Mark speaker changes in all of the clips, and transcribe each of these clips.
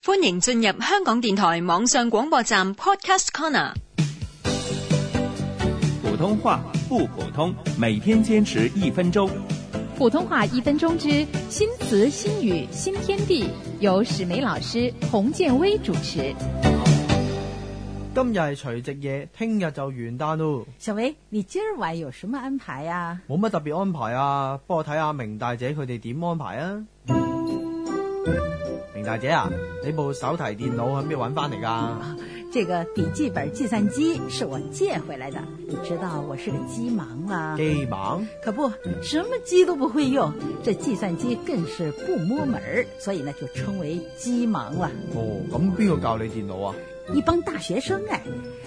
Speaker 1: 歡迎進入香港電台網上廣播站 Podcast Corner。
Speaker 2: 普通话不普通，每天坚持一分钟。
Speaker 3: 普通话一分钟之新词新语新天地，由史梅老师、洪建威主持。
Speaker 4: 今日係除夕夜，聽日就元旦咯，
Speaker 5: 小维，你今儿晚有什么安排啊呀、
Speaker 4: 冇乜特別安排啊。不過睇下明大姐佢哋點安排啊。明大姐啊，你部手提電腦喺邊度揾翻嚟 㗎？
Speaker 5: 这个笔记本计算机是我借回来的，你知道我是个鸡盲啊，
Speaker 4: 機盲？
Speaker 5: 可不，什么鸡都不会用，这计算机更是不摸门儿，所以呢就称为鸡盲了。
Speaker 4: 哦，咁邊個教你電腦啊？
Speaker 5: 一帮大学生哎，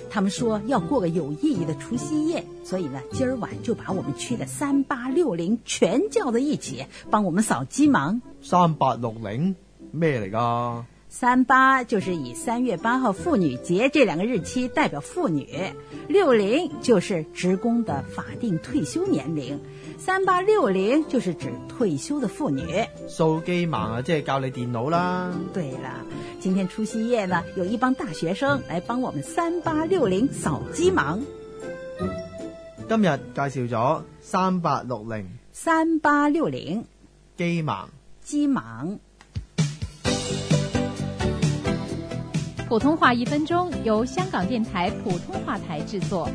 Speaker 5: 他们说要过个有意义的除夕夜，所以呢今儿晚就把我们区的三八六零全叫在一起，帮我们扫鸡盲。
Speaker 4: 三八六零咩嚟㗎？
Speaker 5: 三八就是以三月八号妇女节这两个日期代表妇女，六零就是职工的法定退休年龄，三八六零就是指退休的妇女。
Speaker 4: 掃機盲啊，即係教你電腦啦。
Speaker 5: 对了，今天除夕夜呢，有一帮大学生来帮我们三八六零扫鸡盲。
Speaker 4: 今日介紹咗三八六零
Speaker 5: 三八六零
Speaker 4: 機盲。
Speaker 5: 鸡盲，
Speaker 3: 普通话一分钟由香港电台普通话台制作。